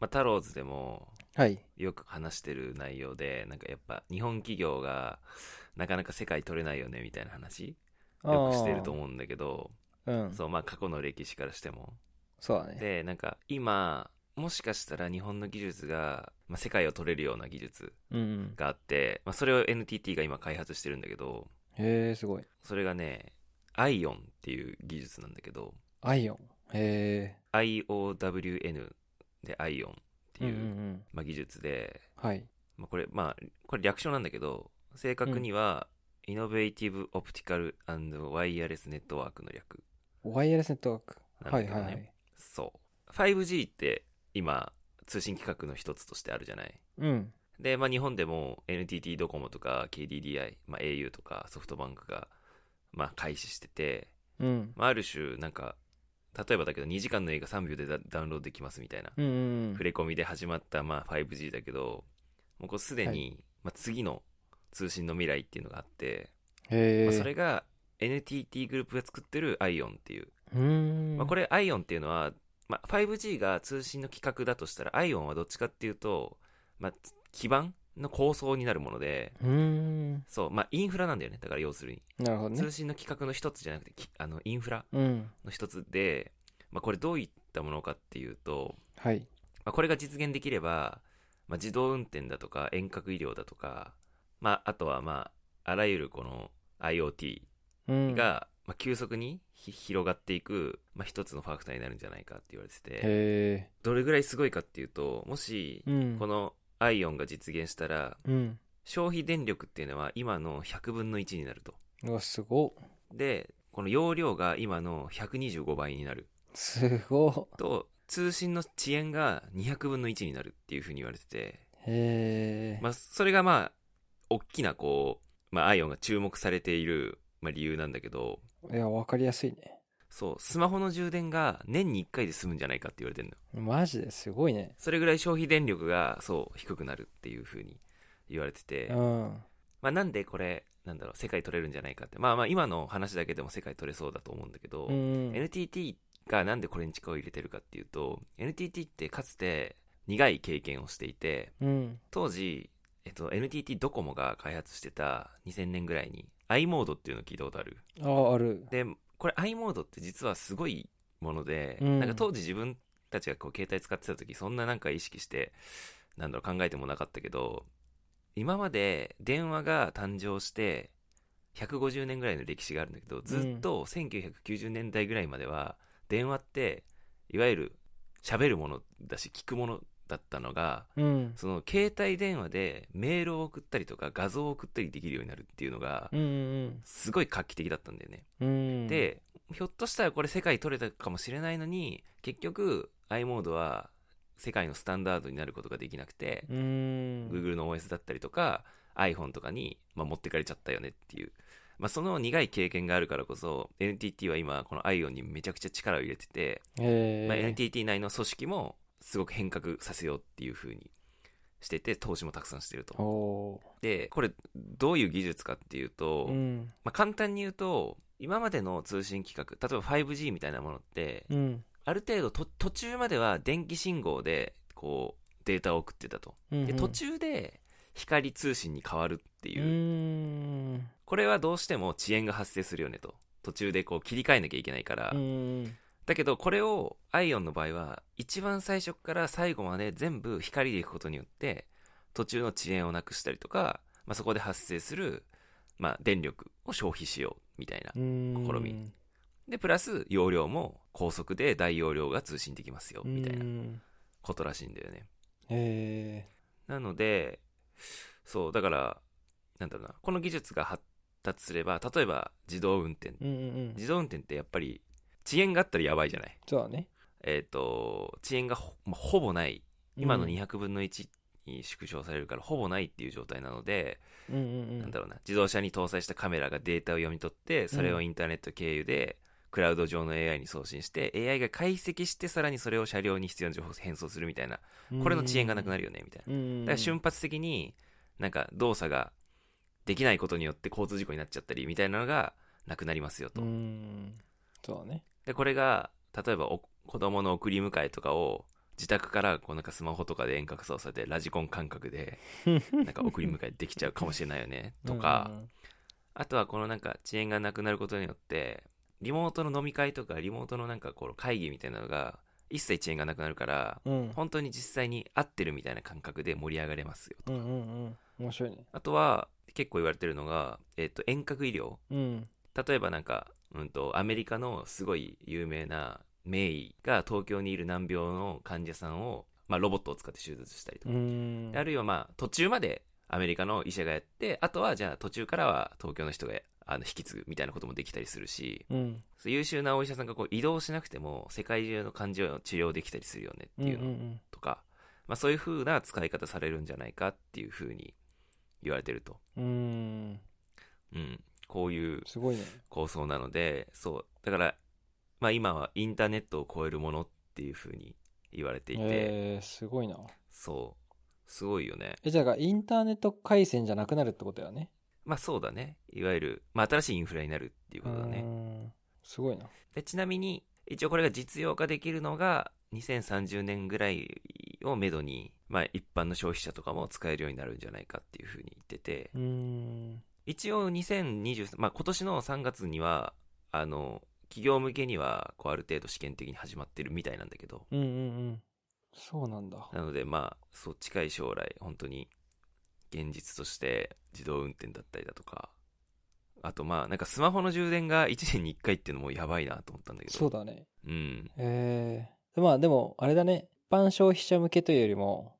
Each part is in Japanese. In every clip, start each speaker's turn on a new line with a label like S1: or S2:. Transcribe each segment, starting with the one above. S1: まあ、タローズでも
S2: はい。
S1: よく話してる内容でなんかやっぱ日本企業がなかなか世界取れないよねみたいな話よくしてると思うんだけど
S2: あーうん。
S1: そうまあ過去の歴史からしても
S2: そうだね。
S1: でなんか今もしかしたら日本の技術が、まあ、世界を取れるような技術
S2: うんうん。
S1: があって、まあ、それを NTT が今開発してるんだけど
S2: へえ、すごい。
S1: それがねアイオンっていう技術なんだけど
S2: アイオン。へ
S1: IOWN でアイオンって
S2: え。
S1: いう、
S2: うんうんうん。
S1: まあ、技術で、
S2: はい。
S1: まあ、これまあこれ略称なんだけど正確には、イノベーティブ・オプティカル・ワイヤレス・ネットワークの略
S2: ワイヤレスネットワーク。
S1: な
S2: は
S1: ん
S2: い
S1: だけ
S2: は
S1: ど
S2: い
S1: ね
S2: はい。
S1: そう。5G って今、通信規格の一つとしてあるじゃない。
S2: うん。
S1: で、まあ日本でも NTT ドコモとか KDDI、まあ au とかソフトバンクが、まあ開始してて、
S2: うん。
S1: まあある種、なんか、例えばだけど2時間の映画3秒でダダウンロードできますみたいな、
S2: うんうんうん
S1: 触。れ込みで始まったまあ 5G だけど、もうこうすでに、
S2: は
S1: まあ次の通信の未来っていうのがあって、
S2: へ
S1: まあ
S2: え。
S1: それが NTT グループが作ってる ION っていう
S2: うーん。
S1: まあ、これ ION っていうのは、まあ、5G が通信の規格だとしたら ION はどっちかっていうと、まあ、基盤の構想になるもので
S2: うーん。
S1: そう、まあ、インフラなんだよねだから要するに、
S2: なるほどね
S1: 通。信の規格の一つじゃなくてきあのインフラ
S2: うん。
S1: の一つで、まあ、これどういったものかっていうと、
S2: はい。
S1: まあ、これが実現できれば、まあ、自動運転だとか遠隔医療だとか、まあ、あとは、まあ、あらゆるこの IoT
S2: うん。
S1: が、まあ、急速にひ広がっていく、まあ、一つのファクターになるんじゃないかって言われてて
S2: へ
S1: どれぐらいすごいかっていうともし
S2: え。うん。
S1: このアイオンが実現したら
S2: うん。
S1: 消費電力っていうのは今の100分の1になると
S2: うわ、すごっ。
S1: でこの容量が今の125倍になる
S2: すごっ。
S1: と通信の遅延が200分の1になるっていうふうに言われてて、
S2: へえ。
S1: まあ、それがまあ大きなこう、まあ、アイオンが注目されている、まあ、理由なんだけど
S2: いや、わかりやすいね。
S1: そうスマホの充電が年に1回で済むんじゃないかって言われてるの
S2: マジですごいね。
S1: それぐらい消費電力がそう低くなるっていうふうに言われてて、
S2: うん。
S1: まあ、なんでこれなんだろう世界取れるんじゃないかってまあまあ今の話だけでも世界取れそうだと思うんだけど、
S2: うん
S1: NTT がなんでこれに力を入れてるかっていうと NTT ってかつて苦い経験をしていて
S2: うん。
S1: 当時、えっと、NTT ドコモが開発してた2000年ぐらいに i モードっていうの聞いたことある
S2: ああ、ある。
S1: でこれ i モードって実はすごいもので、
S2: うん
S1: なんか当時自分たちがこう携帯使ってた時そんななんか意識してなんだろう考えてもなかったけど今まで電話が誕生して150年ぐらいの歴史があるんだけどずっと1990年代ぐらいまでは電話っていわゆる喋るものだし聞くものだったのが
S2: うん。
S1: その携帯電話でメールを送ったりとか画像を送ったりできるようになるっていうのが
S2: うんうん
S1: すごい画期的だったんだよね。
S2: うん。うん、
S1: で、ひょっとしたらこれ世界取れたかもしれないのに、結局 i モードは世界のスタンダードになることができなくて、
S2: うん
S1: Google の OS だったりとか iPhone とかに、まあ、持ってかれちゃったよねっていう。まあ、その苦い経験があるからこそ NTT は今この ION にめちゃくちゃ力を入れてて、
S2: へえ。
S1: まあ、NTT 内の組織もすごく変革させようっていう風にしてて投資もたくさんしてると。
S2: お
S1: でこれどういう技術かっていうと、
S2: ーうん。
S1: まあ、簡単に言うと今までの通信規格例えば 5G みたいなものって、
S2: うん。
S1: ある程度と途中までは電気信号でこうデータを送ってたと
S2: うん。
S1: で途中で光通信に変わるって
S2: う
S1: いう、
S2: ん。う
S1: これはどうしても遅延が発生するよねと途中でこう切り替えなきゃいけないから、
S2: ーん。
S1: だけどこれを ION の場合は一番最初から最後まで全部光でいくことによって途中の遅延をなくしたりとか、まあ、そこで発生する、まあ、電力を消費しようみたいな
S2: うん。
S1: 試みで、プラス容量も高速で大容量が通信できますよ、みたいな
S2: な。
S1: ことらしいんだよね。
S2: へえ。
S1: なので、そう、だから、なんだろうな、この技術が発達すれば、例えば自動運転。
S2: うんうんうん。
S1: 自動運転ってやっぱり遅延があったらやばいじゃない。
S2: そうだね。
S1: えっ、と、遅延がほまあほぼない。今の
S2: うん
S1: 200分の1に縮小されるからほぼないっていう状態なので、
S2: うんうんうん。
S1: なんだろうな、自動車に搭載したカメラがデータを読み取って、それをインターネット経由で、クラウド上の AI に送信して、AI が解析して、さらにそれを車両に必要な情報を変装するみたいな、これの遅延がなくな
S2: る。
S1: るよね、みたいな。
S2: うん。
S1: だから瞬発的に、なんか動作ができないことによって交通事故になっちゃったり、みたいなのがなくなりますよと
S2: う。ん。そうだね。
S1: で、これが、例えばお子供の送り迎えとかを、自宅からこうなんかスマホとかで遠隔操作でラジコン感覚でなんか送り迎えできちゃうかもしれないよねとか、あとはこのなんか遅延がなくなることによってリモートの飲み会とかリモートのなんかこう会議みたいなのが一切遅延がなくなるから
S2: うんうん
S1: 本当に実際に合ってるみたいな感覚で盛り上がれますよと
S2: うんうんうんうん面白いね
S1: あとは結構言われてるのが、えっと遠隔医療
S2: うん
S1: 例えばなんか、うん、とアメリカのすごい有名な名医が東京にいる難病の患者さんを、まあ、ロボットを使って手術したりと
S2: う
S1: か、
S2: ん
S1: あるいはまあ途中までアメリカの医者がやってあとはじゃあ途中からは東京の人があの引き継ぐみたいなこともできたりするし
S2: うん
S1: そう優秀なお医者さんがこう移動しなくても世界中の患者を治療できたりするよねっていうの
S2: ん
S1: とか、まあ、そういう風な使い方されるんじゃないかっていう風に言われてると、
S2: うんうんう
S1: う
S2: ん
S1: ん、こういう
S2: すごいね
S1: 構想なのでそうだから、まあ、今はインターネットを超えるものっていう風に言われていて、
S2: えーすごいな
S1: そうすごいよね
S2: えじゃあインターネット回線じゃなくなるってことだよね
S1: まあそうだねいわゆる、まあ、新しいインフラになるっていうことだ
S2: う
S1: ね
S2: んすごいな
S1: でちなみに一応これが実用化できるのが2030年ぐらいをめどに、まあ、一般の消費者とかも使えるようになるんじゃないかっていう風に言ってて
S2: うん
S1: 一応2023、まあ、今年の3月にはあの企業向けにはこうある程度試験的に始まってるみたいなんだけど
S2: うんうんうんそうなんだ
S1: なのでまあそう近い将来本当に現実として自動運転だったりだとかあとまあなんかスマホの充電が1年に1回っていうのもやばいなと思ったんだけど
S2: そうだね
S1: うん
S2: えー、まあでもあれだね一般消費者向けというよりも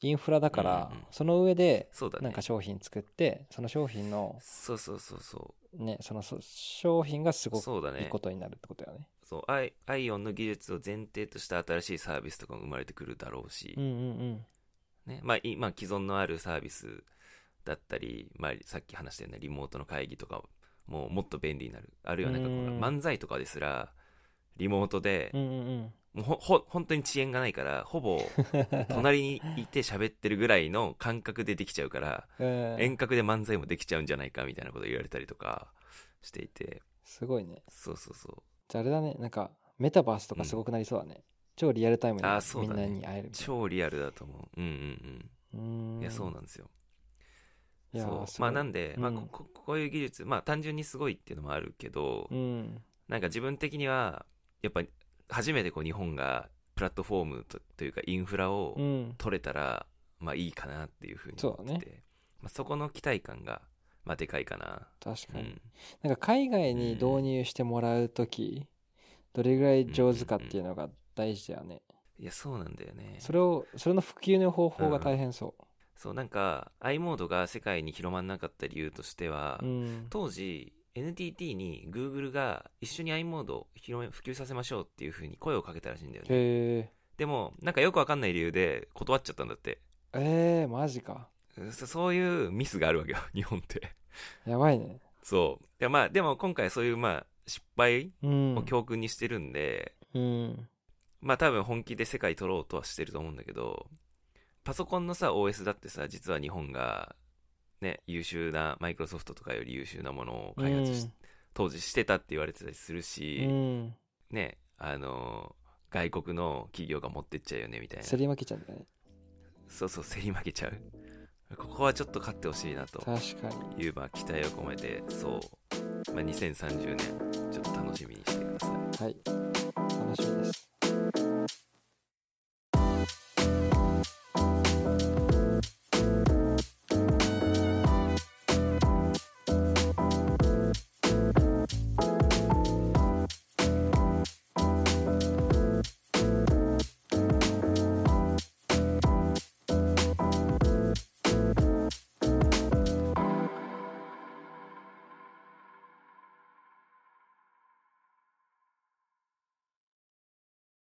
S2: インフラだから、
S1: うんうん
S2: その上で
S1: そうだね
S2: なんか商品作ってその商品の
S1: そうそうそうそ
S2: ねそのそ商品がす
S1: う
S2: ごく
S1: そうだ
S2: いい
S1: ね
S2: ことになるってことだよね
S1: そうアイアイオンの技術を前提とした新しいサービスとかも生まれてくるだろうし、
S2: うんうん
S1: ねまあ、今既存のあるサービスだったり、まあ、さっき話したようなリモートの会議とかももっと便利になるあるいはなんかこの
S2: うん
S1: 漫才とかですらリモートで
S2: うんうんうん
S1: もうほほ本当に遅延がないからほ ぼ隣にいて喋ってるぐらいの感覚でできちゃうから
S2: うんうん
S1: 遠隔で漫才もできちゃうんじゃないかみたいなこと言われたりとかしていて
S2: すごいね
S1: そうそうそう
S2: じゃああれだねなんかメタバースとかすごくなりそうだね、超リアルタイムに
S1: あーそう
S2: み
S1: だ
S2: ん
S1: ね
S2: なに会えるみたいな
S1: 超リアルだと思ううんうん
S2: う
S1: うんんいやそうなんですよ
S2: いやー
S1: そう
S2: すご
S1: ま
S2: い
S1: あなんで、まあ、
S2: うん
S1: こここういう技術まあ単純にすごいっていうのもあるけど、
S2: うん
S1: なんか自分的にはやっぱ初めてこう日本がプラットフォームとというかインフラを
S2: うん
S1: 取れたら、まあいいかなっていうふうに思ってて
S2: そうだ
S1: まあ、そこの期待感が、まあ、でかいかな、
S2: 確
S1: う
S2: かに、
S1: ん、
S2: なんか海外に導入してもらうとき、どれぐらい上手かっていうのが大事だよね。
S1: いやそうなんだよね
S2: それを、それの普及の方法が大変そ
S1: そうなんか i モードが世界に広まらなかった理由としては、
S2: う。うん。
S1: 当時 NTT に Google が一緒に i モードを広め普及させましょうっていうふうに声をかけたらしいんだよね
S2: へ
S1: でもなんかよくわかんない理由で断っちゃったんだって
S2: え。えー、マジか。
S1: そそういうミスがあるわけよ 日本って
S2: やばいね。
S1: そうで,、まあ、でも今回そういう、まあ、失敗
S2: うん。
S1: を教訓にしてるんで、
S2: うん。
S1: まあ多分本気で世界取ろうとはしてると思うんだけどパソコンのさ OS だってさ実は日本がね優秀なマイクロソフトとかより優秀なものを開発し、当時してたって言われてたりする
S2: う
S1: し、
S2: ん。うん。
S1: ねあの外国の企業が持ってっちゃうよねみたいな
S2: すり負けちゃうんだね。
S1: そうそう競り負けちゃうここはちょっと勝ってほしいなと
S2: 確かに。
S1: いうまあ期待を込めてそう、まあ、2030年ちょっと楽しみにしてください